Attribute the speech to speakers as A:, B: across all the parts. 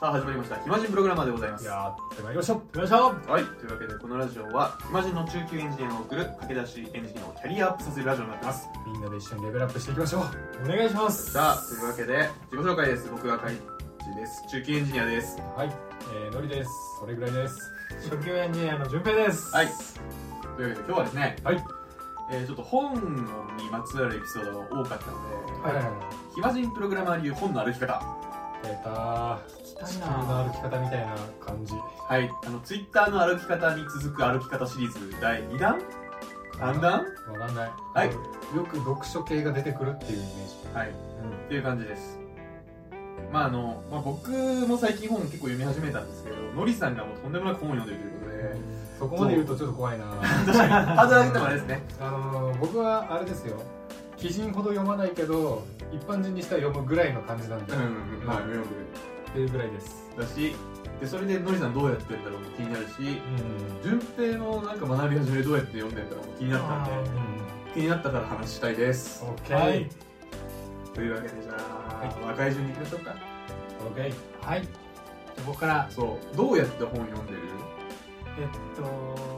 A: さあ始まりました暇人プログラマーでございますは
B: やってまいりましょう。よいしょ。
A: いというわけでこのラジオは暇人の中級エンジニアが送る駆け出しエンジニアをキャリアアップさせるラジオになってます
B: みんなで一緒にレベルアップしていきましょう。お願いします。
A: さあというわけで自己紹介です僕がカイチです中級エンジニアです
B: はい、えー、のりです。それぐらいです。
C: 初級エンジニアの順平です。
A: はいというわけで今日はですね、
B: はい。
A: えーちょっと本にまつわるエピソードが多かったので、
C: はい
B: はい。
A: 暇人プログラマー流本の歩き方
B: 出た。
C: た
B: 地
C: い
B: 球
C: な
B: の歩き方みたいな感じ。
A: はいあのツイッターの歩き方に続く歩き方シリーズ第2弾3弾
B: わかんない。
A: はい
B: よく読書系が出てくるっていうイメージ。
A: はいっていう感じですまああの、まあ、僕も最近本結構読み始めたんですけどのりさんがもうとんでもなく本を読んでるということで
B: そこまで言うとちょっ と怖いな。
A: ハードル上げたもあれですね
B: あのー、僕はあれですよ。基人ほど読まないけど、一般人にしては読むぐらいの感じなんで、っ
A: んまあよく
B: ていうぐらいです。
A: だしでそれでのりさんどうやってるんだろうも気になるし
B: うん。
A: 順平のなんか学び始めどうやって読んでるんだろうも気になったんで気になったから話したいです
B: オッケー。
C: はい。
A: というわけでじゃあ、
B: は
A: 若い順に行きましょうか
B: オッケー。
C: はい。じゃあ僕から、
A: そうどうやって本読んでる
C: えっ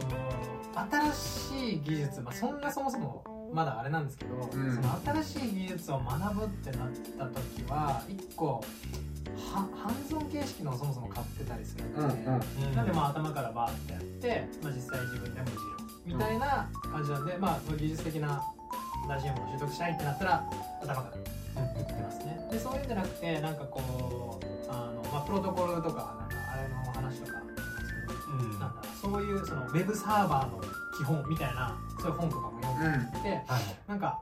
C: と、新しい技術、まあ、そんなそもそもまだあれなんですけど、
A: ん
C: その新しい技術を学ぶってなった時は、一個、はハンズオン形式のをそもそも買ってたりするので、なんでまあ頭からバーってやって、まあ、実際自分で文字をみたいな感じなんで、まあ、その技術的な新しいものを習得したいってなったら頭からやってますねでそういうんじゃなくてなんかこうあの、まあ、プロトコルとかなんかあれの話とか
B: うん
C: なんだそういうそのウェブサーバーの基本みたいなそういう本とかも読んで
A: う
C: て、
B: はい。
C: なんか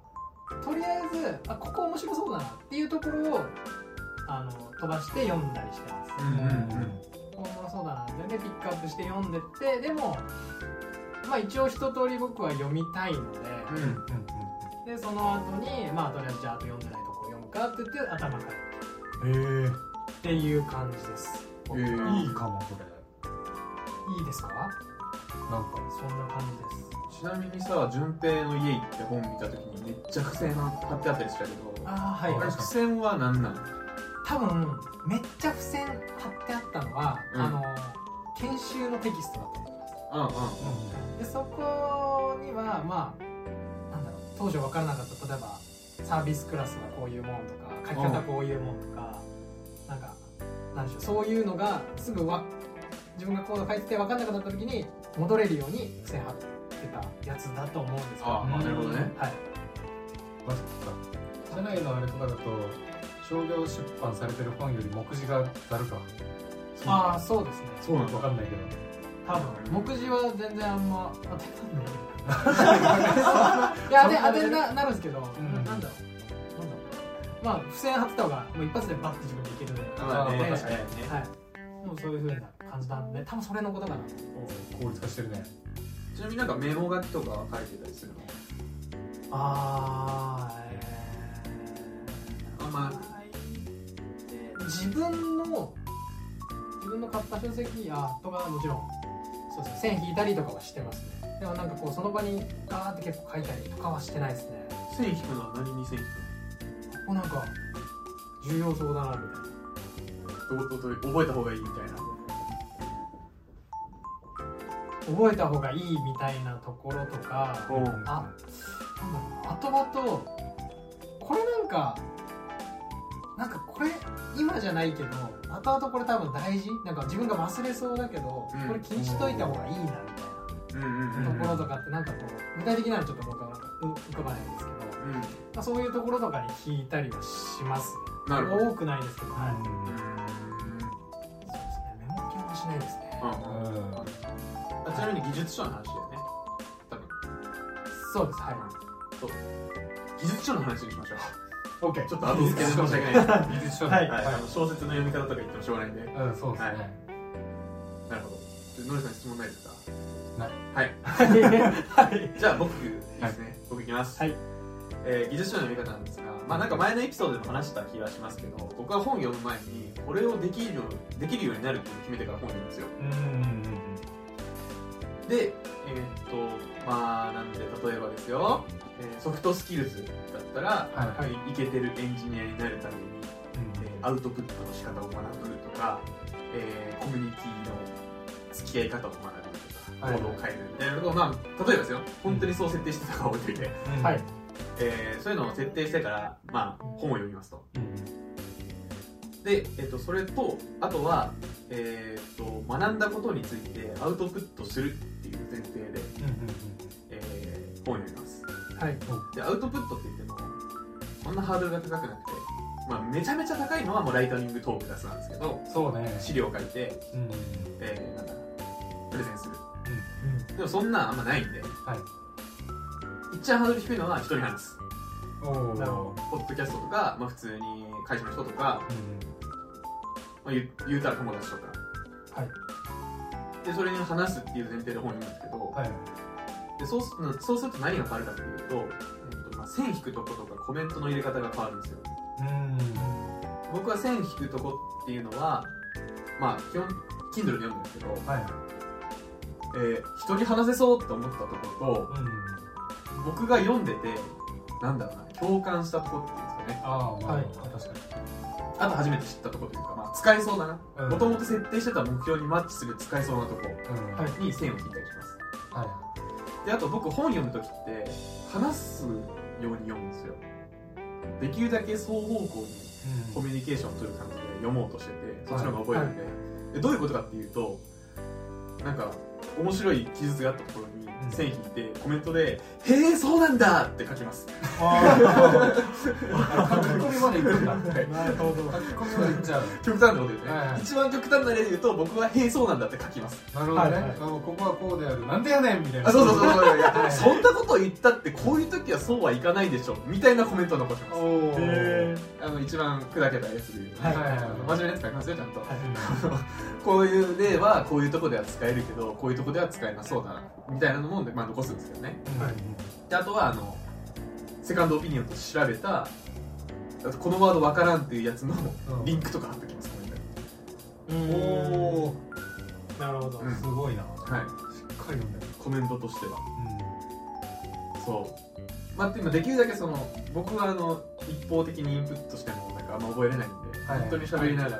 C: とりあえずあここ面白そうだなっていうところをあの飛ばして読んだりしてます、
A: んうん
C: 本物そうだなってでピックアップして読んでってでもまあ一応一通り僕は読みたいので,、
A: うんうん
C: でその後にまあとりあえずじゃああと読んでないとこ読むかって言って頭から
B: え
C: っていう感じです
A: えー
B: えいいかもこれ
C: いいですか
B: なんか
C: そんな感じです
A: ちなみにさ順平の家行って本見た時にめっちゃ付箋貼ってあったりしたけど
C: ああ
A: あ
C: は
A: れ
C: い
A: 付箋は何なの
C: 多分めっちゃ付箋貼ってあったのは、
A: うん
C: あの研修のテキストだと思います
A: うんうん
C: でそこにはまあなんだろう当時分からなかった例えばサービスクラスはこういうものとか書き方こういうものとか、なんかなんでしょうそういうのがすぐわ自分がコード書いてて分かんなくなった時に戻れるように付箋貼ってたやつだと思うんですけど
A: ああ
C: は
A: なるほどね
C: い
B: マジか社内のあれとかだと商業出版されてる本より目次がざるか
C: ああそうですね
A: そうな
B: わかんないけど
C: 多分目次は全然あんま当てたんない いやで当てにななるんですけど、
B: ん
C: なんだろうなんだろうまあ付箋貼ってた方がもう一発でバッて自分でいけるんで、
A: まあね
C: はい
A: 確かにね
C: はいもうそういう風な感じなんで多分それのことかなと
B: 効率化してるね
A: ちなみになんかメモ書きとかは書いてたりするの
C: あ
A: あんま
C: 自分の自分の買った書籍やとかはもちろんそうですね線引いたりとかはしてますねでもなんかこうその場にガーって結構書いたりとかはしてないですね
A: 線引くのは何に線引
C: もうなんか重要そうだなみたいな
A: くのどこと覚えた方がいいみたいな
C: 覚えた方がいいみたいなところとか
A: うん
C: あ後々これなんかなんかこれ今じゃないけど後々これ多分大事なんか自分が忘れそうだけど、
A: うん
C: これ気にしといた方がいいなみ
A: うんうん
C: たいなところとかってなんかこう具体的なのちょっと僕はなんかう浮かばないんですけど、
A: うん
C: まあ、そういうところとかに聞いたりはします
A: なるほど
C: 多くないですけど、はいそうですねメモ系はしないですね、
A: うんうん
B: うん
A: あちなみに技術書の話だよね多分
C: そうですはい
A: 技術書の話にしましょ
B: オッケー
A: うちょっと後付けで申し訳ないですは
B: 技術書
C: はい
B: ね
A: いあの小説の読み方とか言ってもしょうがないんで
B: うんそうですね
A: なるほど。ノリさん質問ないですか
B: ない
A: はい。
C: はい
A: じゃあ僕、いいですね。僕いきます。
C: はい。
A: えー技術書の読み方なんですが、まあなんか前のエピソードでも話した気がしますけど、僕は本読む前に、これをできるようできるようになるっていうのを決めてから本読むんですよ。
B: うんうん
A: で、えーっと、まあなんで、例えばですよ、えーソフトスキルズだったら、
B: はい
A: い、イケてるエンジニアになるために、えーアウトプットの仕方を学ぶとか、えーコミュニティの付き合い方を学ぶとか
B: はい
A: 行動を変えるみたいなことを、まあ、例えばですよ本当にそう設定してたかは置いといて、
B: うん
C: はい。
A: えーそういうのを設定してから、まあ、本を読みますと
B: うん
A: で、えっと、それとあとは、えーっと学んだことについてアウトプットするっていう前提で、
B: うんうん
A: えー本を読みます
C: はい。
A: でアウトプットって言ってもそんなハードルが高くなくて、まあ、めちゃめちゃ高いのはもうライトニングトーク出すなんですけど
B: うんそうね
A: 資料書いて、
B: うん
A: えーなんだプレゼンするでもそんなんあんまないんで
B: はい
A: 一番ハードル低いのは人に話す
B: おお
C: なるほ
A: ポッドキャストとか、まあ、普通に会社の人とか、まあ、言う言うたら友達とか
C: はい。
A: でそれに話すっていう前提で本読むんですけど、
B: はい
A: でそうすそうすると何が変わるかっていうと,、えっとまあ、線引くとことかコメントの入れ方が変わるんですよ
B: うん
A: 僕は線引くとこっていうのはまあ基本 Kindle で読むんですけど、
B: はい
A: えー人に話せそうと思ったところと
B: うん
A: 僕が読んでてなんだろうな共感したとこっていうんですかね
B: ああまあ
C: はい
B: 確かに
A: あと初めて知ったとこというか、まあ、使えそうだな
B: うん
A: もともと設定してた目標にマッチする使えそうなとこ
B: うん
C: はい
A: に線を引いたりします
B: は
A: であと僕本読む時って話すように読むんですよできるだけ双方向に
B: いうん
A: コミュニケーションを取る感じで読もうとしててそっちの方が覚えるんで,、でどういうことかっていうとなんか面白い記述があったところ
B: うん
A: に線引いて、コメントで「へえそうなんだ!」って書きます
B: あ書き込みまで行くんだ
A: はい
C: なるほど。
B: 書き込みまで行っちゃう
A: 極端なこと言うとね、
B: はいはい
A: 一番極端な例で言うと僕は「へえそうなんだ」って書きます
B: なるほど
C: はい
B: ね
C: はい
B: あのここはこうであるなんでやねんみたいな
A: あ そうそうそう
B: う
A: そういや
B: は い
A: そんなこと言ったってこういう時はそうはいかないでしょみたいなコメントを残します
B: おお
C: へ
A: あの一番砕けたやつで言うとね、
C: はい
A: あの真面目なやつ書きますよちゃんと、
C: は
A: こういう例はこういうとこでは使えるけどこういうとこでは使えなそうだなみたいなのも、まあ、残すんですけどね
C: はい
A: であとはあのセカンドオピニオンと調べたあとこのワードわからんっていうやつの
B: うん
A: リンクとか貼ってきますこれ
C: い。うん
B: おお
C: なるほど。
A: うん
B: すごいなしっ
A: はい
B: かり読んでる
A: コメントとしてはそうまあ今できるだけその僕はあの一方的にインプットしてもなんかあんま覚えれないんで、
B: はい
A: 本当に喋りながら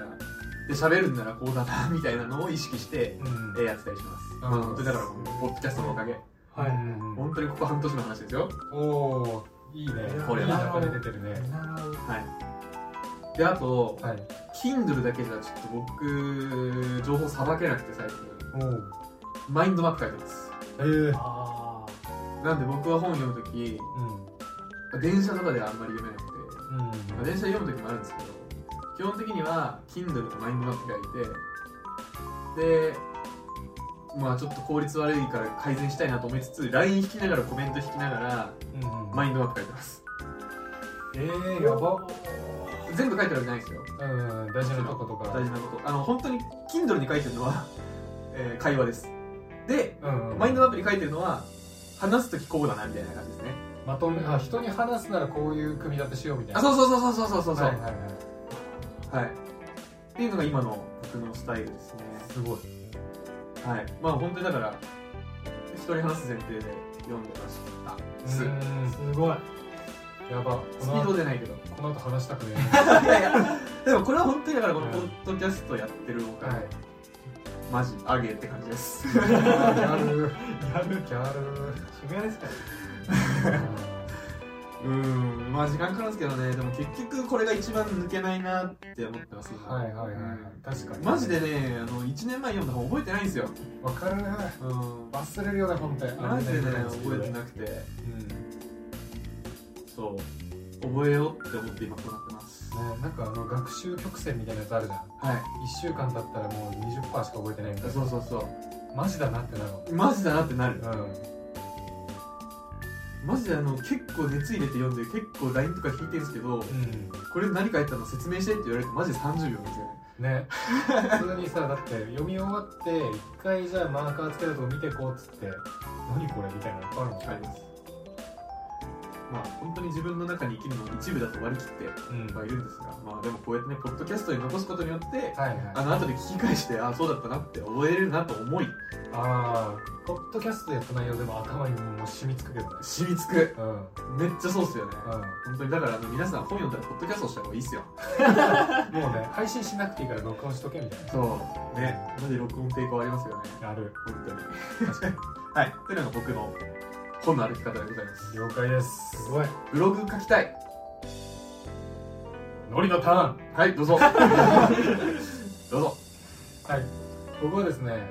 A: で喋るんならこうだなみたいなのを意識して
B: うんうん
A: えーやってたりします、
B: うん
A: まあ本当にだからポッドキャストのおかげ
C: は
B: うん
C: い。
B: うんうん
A: 本当にここ半年の話ですよ
B: おおいいね
A: これ
B: いい
A: な
B: 流れ出てるね
C: なるほど。
A: はい。で、あと、
B: はい
A: Kindle だけじゃちょっと僕、情報さばけなくて最近、
B: おお
A: マインドマップ書いてます。
B: ええ
C: あ
A: なんで僕は本読むとき、
B: うん
A: 電車とかではあんまり読めなくて、
B: うん
A: まあ電車で読むときもあるんですけど、基本的には Kindle とマインドマップ書いて、で、まあちょっと効率悪いから改善したいなと思いつつ、LINE 引きながらコメント引きながら、
B: うんうん
A: マインドマップ書いてます。
B: え
C: あ。
B: えやば
A: 全部書いてるわけないですよ。
B: うん大事なとことか
A: 大事なこと。あの、本当に Kindle に書いてるのは、 えー会話です。で、
B: うん
A: マインドマップに書いてるのは話すときこうだなみたいな感じですね
B: まとめあ人に話すならこういう組み立てしようみたいな
A: あそうそうそうそうそうそうそう
B: は
A: はいい、
B: はいはい
A: っていうのが今の僕のスタイルですね
B: すごい
A: はいまあ本当にだから人に話す前提で読んでましたす
B: うん
C: すごい。
B: やば
A: スピ
B: この
A: ード
B: 後
A: 出ないけど
B: この後話したくね
A: いやいやでもこれは本当にだからこのポッドキャストやってるおか
B: えは
A: げ、
B: い
A: マジあげって感じです
B: ギャル
C: やる。
B: ギャル
C: 渋谷ですか
A: うーんまあ時間かかるんですけどねでも結局これが一番抜けないなって思ってます今
B: はいはいはい
A: うん
B: 確かに
A: マジでねあの1年前読んだ本覚えてないんですよ
B: わかる
A: うん
B: 忘れるよね本体
A: マジでね覚えてなくて
B: うんね
A: そう覚えようって思って今こうなってます
B: なんかあの学習曲線みたいなやつあるじゃん
A: はい
B: 1週間経ったらもう20%しか覚えてないみたいな
A: そうそうそ
B: マジだなってなるわ
A: うマジだなってなる
B: うん
A: マジであの結構熱入れて読んで結構 LINE とか引いてるんですけど
B: う
A: これ何書いたの説明してって言われるとマジで30秒ですよね
B: んね普通にさだって読み終わって一回じゃあマーカーつけたとこ見てこうっつって何これみたいなのいっぱいあるもんね
A: りますまあ、本当に自分の中に生きるの一部だと割り切って
B: うん
A: まあ
B: はい
A: いるんですが、まあ、でもこうやってねポッドキャストに残すことによって
B: はい
A: あの後で聞き返してああそうだったなって覚えれるなと思い
B: あーポッドキャストでやった内容でも頭にもう染みつくけどね
A: 染みつく
B: うんう
A: め
B: ん
A: っちゃそうっすよね本当にだからあの皆さん本読んだらポッドキャストした方がいいっすよ
B: もうね配信しなくていいから録音しとけみたい
A: そうねマジ録音抵抗ありますよね
B: なある
A: 本当に はいというのが僕の本の歩き方でございます
B: 了解です
C: すごい
A: ブログ書きたい
B: ノリのターン
A: はい どうぞどうぞ
B: はい僕はですね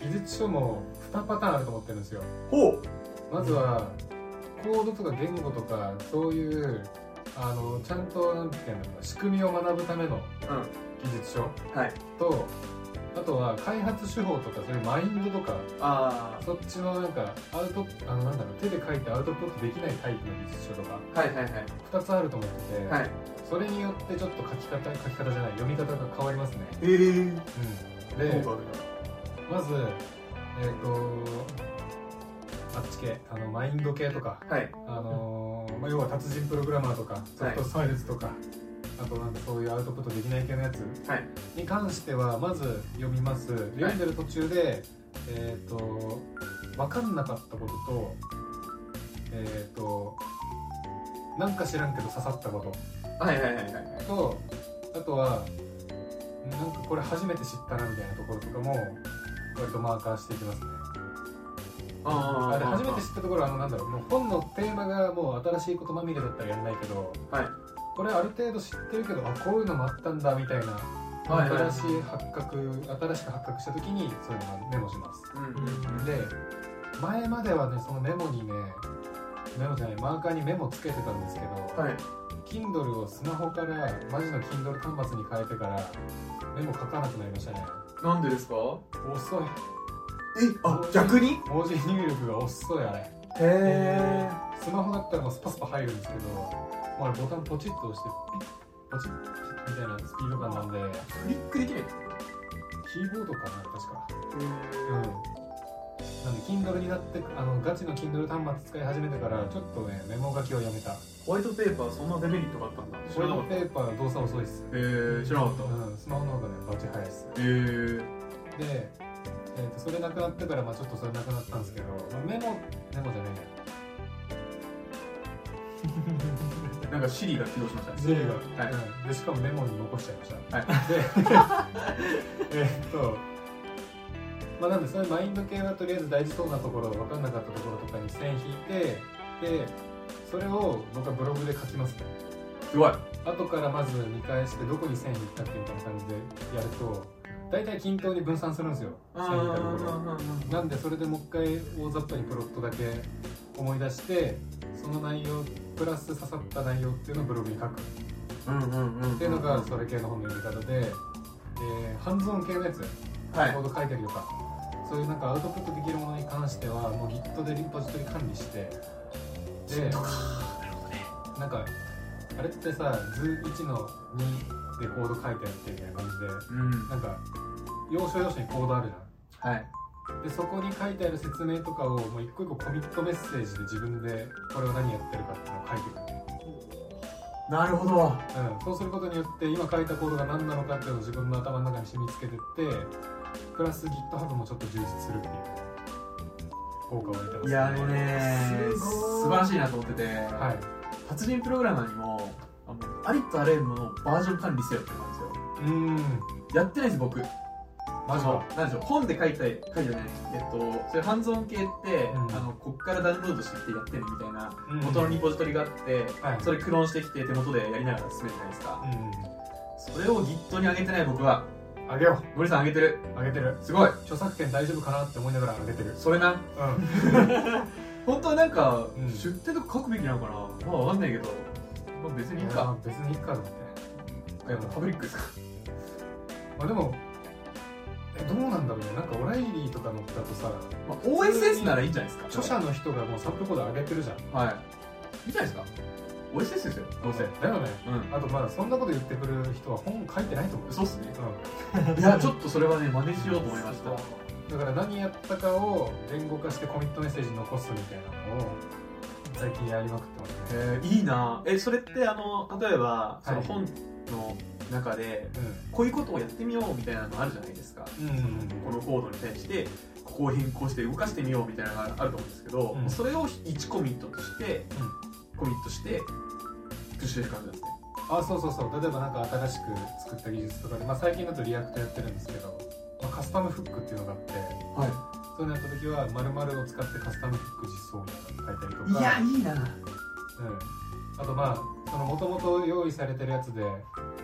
B: 技術書も2パターンあると思ってるんですよ
A: ほう
B: まずはコードとか言語とかそういうあのちゃんとなんていうんだろうな仕組みを学ぶための
A: う
B: 技術書
A: んはい
B: とあとは開発手法とかそういうマインドとか
A: あ
B: そっちのなんかアウトあのなんだろう手で書いてアウトプットできないタイプの技術書とか
A: あはいはいはい
B: 2つあると思ってて、
A: はい
B: それによってちょっと書き方書き方じゃない読み方が変わりますね、
A: えー
B: うん、でまずえっ、とあっち系あのマインド系とか
A: はい
B: あのーまあ、要は達人プログラマーとかソフトサイエンスとか、あとなんかそういうアウトプットできない系のやつ
A: はい
B: に関してはまず読みますで読んでる途中で、えっ、と分かんなかったこととえっ、となんか知らんけど刺さったこ
A: はいはいはいはい
B: ととあとはなんかこれ初めて知ったなみたいなところとかも割とマーカーしていきますね
A: あ
B: あれ初めて知ったところはあのなんだろうもう本のテーマがもう新しいことまみれだったらやんないけど、
A: はい
B: これある程度知ってるけどあこういうのもあったんだみたいな、
A: はいはい
B: 新しい発覚新しく発覚した時にそういうのをメモします
A: うんうんうん
B: で前まではねそのメモにねメモじゃないマーカーにメモつけてたんですけど、
A: はい
B: Kindle をスマホからマジの Kindle 端末に変えてからメモ書かなくなりましたね
A: なんでですか
B: 遅い
A: えあ逆に
B: 文字入力が遅いあれ
A: へえ
B: スマホだったらもうスパスパ入るんですけど、まあ、ボタンポチッと押してピッポチッピッみたいなスピード感なんで
A: クリックできない
B: キーボードかな確かうんなんで Kindle になってあのガチの Kindle 端末使い始めてからちょっとねメモ書きをやめた
A: ホワイトペーパーそんなデメリットがあったんだ知
B: これ
A: らなか
B: の
A: っ
B: ペ
A: た
B: ーパー動作遅いっす
A: えー、知らなかった
B: うんスマホの方がねバチ早いっす
A: えー、
B: で、えーとそれなくなってから、まあ、ちょっとそれなくなったんですけど、まあメモメモじゃないね
A: なんかシリが起動しましたね
B: ゼリが、
A: はい
B: うんでしかもメモに残しちゃいました、
A: はい
B: で えーっとまあなんでそういうマインド系はとりあえず大事そうなところ分かんなかったところとかに線引いてでそれを僕はブログで書きますね
A: すごい
B: 後からまず見返してどこに線引ったっけみたいな感じでやると大体均等に分散するんですよ線引いたところなんでそれでもう一回大雑把にプロットだけ思い出してその内容プラス刺さった内容っていうのをブログに書く
A: うんうんうん
B: っていうのがそれ系の本の読み方で、えー、ハンズオン系のやつ、
A: はい
B: コード書いたりとか、そういうなんかアウトプットできるものに関しては、もう Git でリポジトリ管理して、で、なんか、あれってさ、図1の2でコード書いてやってみたいな感じで、
A: うん
B: なんか、要所要所にコードあるじ
A: はい
B: ゃん。で、そこに書いてある説明とかを、もう一個一個コミットメッセージで自分で、これは何やってるかっていうのを書いていく
A: なるほど
B: うん、そうすることによって今書いたコードが何なのかっていうのを自分の頭の中に染みつけてってプラス GitHub もちょっと充実するっていう効果を得てます
A: いやあれね
C: すごい
A: 素晴らしいなと思ってて、
B: はい
A: 達人プログラマーにもあのありとあらゆるものをバージョン管理せよって言うんですよ
B: うーん
A: やってないです僕
B: マジか
A: あのなんでしょう本で書いたり書いてないえっとそういうハンズオン系って、
B: うん
A: あのこっからダウンロードしてきてやってるみたいな
B: うん
A: 元のリポジトリがあって、
B: はい
A: それクローンしてきて手元でやりながら進めるじゃないですか、
B: う
A: それを Git に上げてない僕は
B: んあげよ
A: 森さん上げてる
B: うあげてる
A: すごい
B: 著作権大丈夫かなって思いながらあげてる
A: それな
B: う
A: 本当はなんか、
B: うん
A: 出典とか書くべきなのかなまあわかんないけど、まあ、別
B: ん
A: にいいか
B: 別にいいかと思って
A: いやもうパブリックですか
B: まあでもえどうなんだろうねなんかオライリーとかのだとさ
A: まあ、OSS ならいいんじゃないですか
B: 著者の人がもうサンプルコード上げてるじゃん
A: はいいいじゃないですか OSS ですよどうせ
B: だよね
A: うん
B: あとまあそんなこと言ってくる人は本書いてないと思う
A: そうっす ね
B: うん
A: いやちょっとそれはね真似しようと思いました
B: だから何やったかを言語化してコミットメッセージに残すみたいなのを最近やりまくってますね
A: えーいいなえそれってあの例えばその
B: はい
A: 本の中でこういうことをやってみようみたいなのあるじゃないですか
B: うんうん
A: このコードに対してここを変更して動かしてみようみたいなのがあると思うんですけど、
B: うん
A: それを1コミットとして、コミットしてプッシュしてる感じなんですね
B: あそうそうそう例えばなんか新しく作った技術とかで、まあ、最近だとリアクトやってるんですけど、まあ、カスタムフックっていうのがあって
A: は
B: そういうのやった時は丸々を使ってカスタムフック実装みたいなの書いたりとか
A: いやいいな
B: うん、あとまあその元々用意されてるやつで、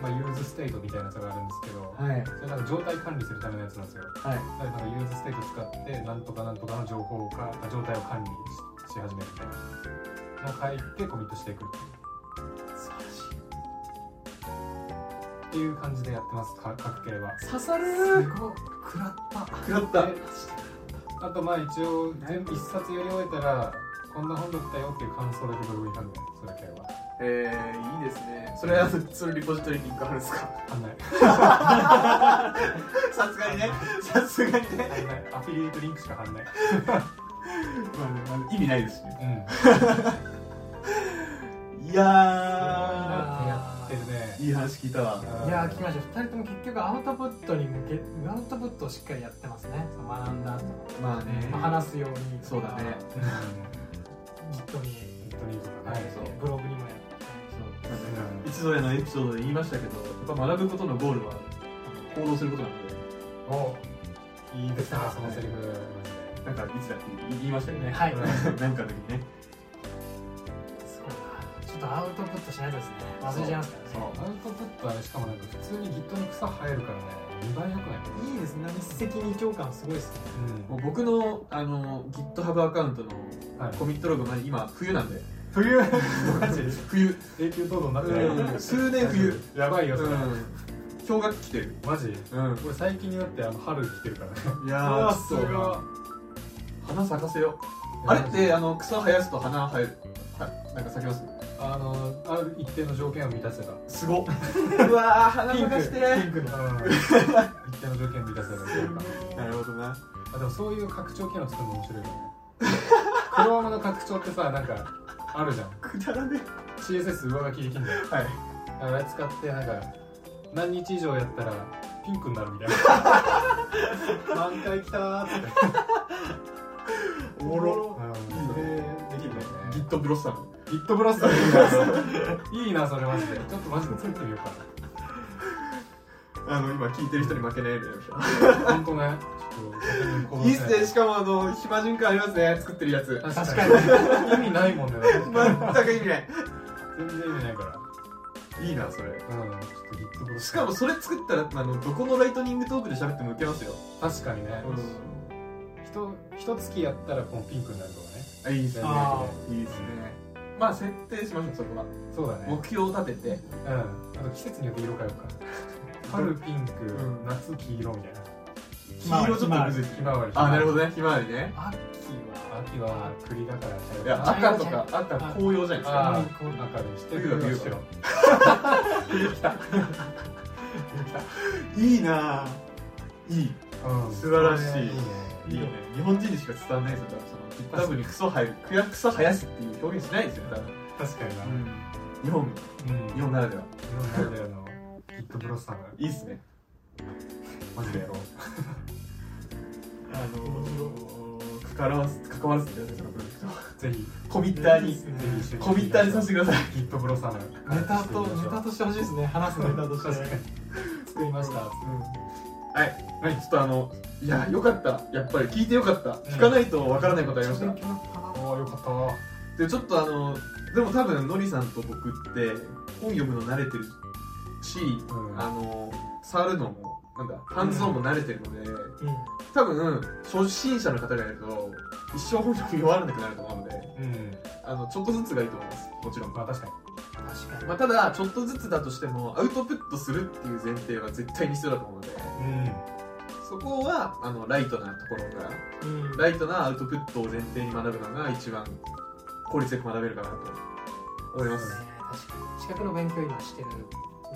B: まあ、ユーズステートみたいなやつがあるんですけど、
A: はい
B: それなんか状態管理するためのやつなんですよ
A: はい
B: だからなんかユーズステート使ってなんとかなんとかの情報をかあ状態を管理しし始めるみたいなのを書いてコミットしていくっていう
A: 素晴らしい
B: っていう感じでやってますか各系は
A: 刺さる
C: すごい食らった
A: 食らった
B: あとまあ一応全部一冊読み終えたらこんな本だったよっていう感想だけブログに書くねそれ系は
A: えー、いいですねそれはそのリポジトリリンクあるんです か
B: あんない
A: さすがにねさすがにね
B: あんないアフィリエイトリンクしか貼んない
A: 意味ないですしね
B: うん
A: い
B: すごいなって
A: や
B: やってるね
A: ーいい話聞いたわ
C: いやー聞きました2人とも結局アウトプットに向けアウトプットをしっかりやってますねその学んだ後
A: まあね
C: まあ話すように
A: そうだね
B: うん
C: ギットに
B: 本当にいいとかね
A: そう
C: ブログにもや
A: いつぞやのエピソードで言いましたけどやっぱ学ぶことのゴールは行動することなので
B: おいいですねそのセリフ
A: なんかいつだって言いましたよね
C: はい
A: なんかの時ね
C: すごいなちょっとアウトプットしないとですね忘れちゃいますからね
B: アウトプットはねしかもなんか普通に Git に草生えるからね2倍良くない
C: いいですね一石二鳥感すごいですね
A: もう僕のあの GitHub アカウントの
B: うんはい
A: コミットログまで今冬なんで
B: 冬マジ
A: 冬
B: 永久凍土になってない
A: うん数年冬
B: やばいよそれ
A: うん氷河期来てる
B: マジ
A: うん
B: 俺最近になってあの春来てるからね
A: いうや
B: わ
A: ー
B: す
A: ちょ
B: ご
A: っ
B: い
A: と花咲かせようあれってあの草生やすと花生えるはなんか咲きます
B: あのある一定の条件を満たせた
A: すごっ うわー花
B: ピン
A: 咲
B: ク
A: かして
B: ピンクの一定の条件を満たせたらいいのか
A: なるほどな
B: あでもそういう拡張機能作るの面白いよ ねクロームの拡張ってさなんかあるじゃん
A: くだらね
B: CSS 上書きできんだよ
A: はい
B: あれ使ってなんか何日以上やったらピンクになるみたいな満開来たーって
A: おもろ
B: うんそれできるんだよね
A: Git ブロッサム
B: Git ブラスターいいなそれマジでちょっとマジで作ってみようか
A: あの今聞いてる人に負けないようになりました
B: な本当ねちょっと先にこの
A: いいっすね、しかもあの、暇人感ありますね、作ってるやつ。
B: 確かに意味ないもんねだって
A: 全く意味ない。
B: 全然意味ないか
A: いいな、それ。
B: らうんちょっと Git ブラ
A: し
B: スタ
A: か
B: ー
A: もそれ作ったら、あの、どこのライトニングトークで喋っても受けますよ。
B: 確かにね、
A: ん。
B: ひとひと月やったらこのピンクになるとかね
A: あ、いいですね。
C: あ
A: いいですね。まあ、設定しましょう、そこは。
B: そうだね
A: 目標を立てて。
B: うんあと季節によって色変えよ うか春ピンク、
A: うん
B: 夏黄色みたいな
A: 黄色ちょっとむずい。
B: ひまわり
A: あ、なるほどね、ひまわりね。
C: アッキー
B: 秋
C: は
B: は栗だから茶色
A: いや、
B: あ
A: 赤とか、赤、紅葉じゃないですか。
B: あー赤にして
A: 冬は冬
B: 白
A: いいなぁ。いい。
B: うん
A: 素晴らしい
B: それいいね
A: いいね。日本人にしか伝わらないですよ、多分。その、GitHub にクソ生える、クヤクソ生やすっていう表現しないですよ、多分。
B: 確かにな
A: 日本、
B: うん
A: 日本ならでは。
B: 日本ならではのヒットブロッサム
A: いいっすね。
B: マジでやろう
A: あのー、関わらず、関わらずってやつですか、プロジェクト。
B: ぜひ
A: コミッター
C: いい
A: に
C: っす、
B: ぜひ一緒に
A: コミッターにさせてください。
B: ヒットブロッサム
C: ネタとネタとしてほしいですね話すネタとし
B: 確か
C: て
B: に
C: 作りました
A: はい、はい、ちょっとあの、いや、よかった。やっぱり聞いてよかった。聞かないとわからないことありました。
B: おーよかった
A: で、ちょっとあの、でも多分、のりさんと僕って、本読むの慣れてるし、
B: ん
A: あの、触るのも、なんだ、ハンズオンも慣れてるので、
C: うん
A: 多分、初心者の方がやると、一生本読み終わらなくなると思うので、
B: うん
A: あの、ちょっとずつがいいと思います。もちろん。
B: まあ確かに
C: 確かに
A: まあ、ただちょっとずつだとしてもアウトプットするっていう前提は絶対に必要だと思うので
B: うん
A: そこはあのライトなところから
C: うん
A: ライトなアウトプットを前提に学ぶのが一番効率よく学べるかなと思います
C: 確かに資格の勉強今してるん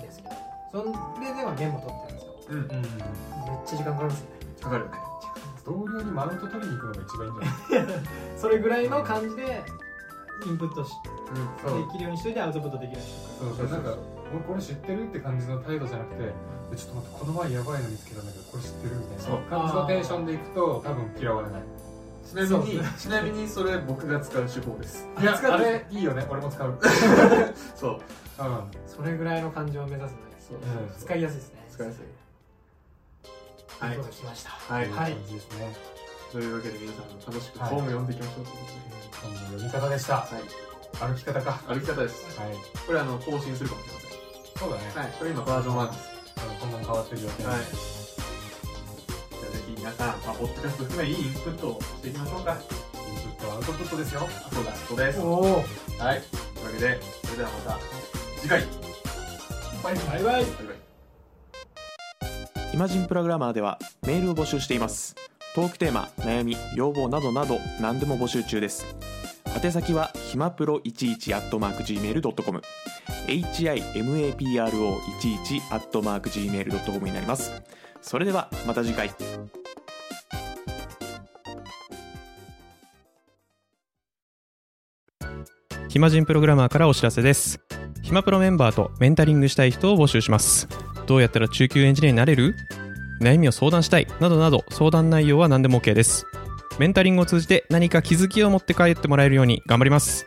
C: ですけどそれではゲームを取ってるんですよ
A: うん
B: うん
C: めっちゃ時間かかるんですよね
A: かかる
B: 同僚にマウント取りに行くのが一番いいんじゃない
C: それぐらいの感じで
D: インプットし
A: うん
B: そう
D: できるようにしといてアウトプットできるようにしとく
B: そうそうなんか俺これ知ってるって感じの態度じゃなくてえちょっと待ってこの前やばいの見つけたんだけどこれ知ってるみたいな
A: そう
B: 感じのテンションでいくと多分嫌われない
A: ちなみにちなみにそれ僕が使う手法です
B: いや
A: 使って
B: あれいいよね俺も 使ううん
A: そう
D: それぐらいの感じを目指すのがいいです
A: そう
B: うん
D: 使いやすいですね
A: 使いやすい
D: は
A: はいい
D: こときました
A: はい、
B: っていう感じですね
A: というわけで皆さん楽しく
B: はい
A: 本を読んでいきましょうというこ
B: 本の読み方でした
A: とで、
B: 歩き方かは
A: はい、歩き方です
B: い
A: これあの更新するかもしれません
B: そうだね
A: はい、これ今バージョン1です。
B: あのこんなに変わってるよね
A: はい。じゃあぜひ皆さん、まあ、ポッドキャスト含めいいインプットをしていきましょうか。
B: インプットはアウトプットですよ
A: そうだ、そうです。
D: おお
A: はい。というわけで、それではまた次回。
D: バイバイバイ
A: バイバイ。
E: イマジンプログラマーではメールを募集していますトークテーマ悩み要望などなど何でも募集中です宛先はひまプロ11 at mark gmail.com himapro11 at mark gmail.com になりますそれではまた次回
C: 暇人プログラマーからお知らせです暇プロメンバーとメンタリングしたい人を募集しますどうやったら中級エンジニアになれる悩みを相談したいなどなど相談内容は何でも OK ですメンタリングを通じて何か気づきを持って帰ってもらえるように頑張ります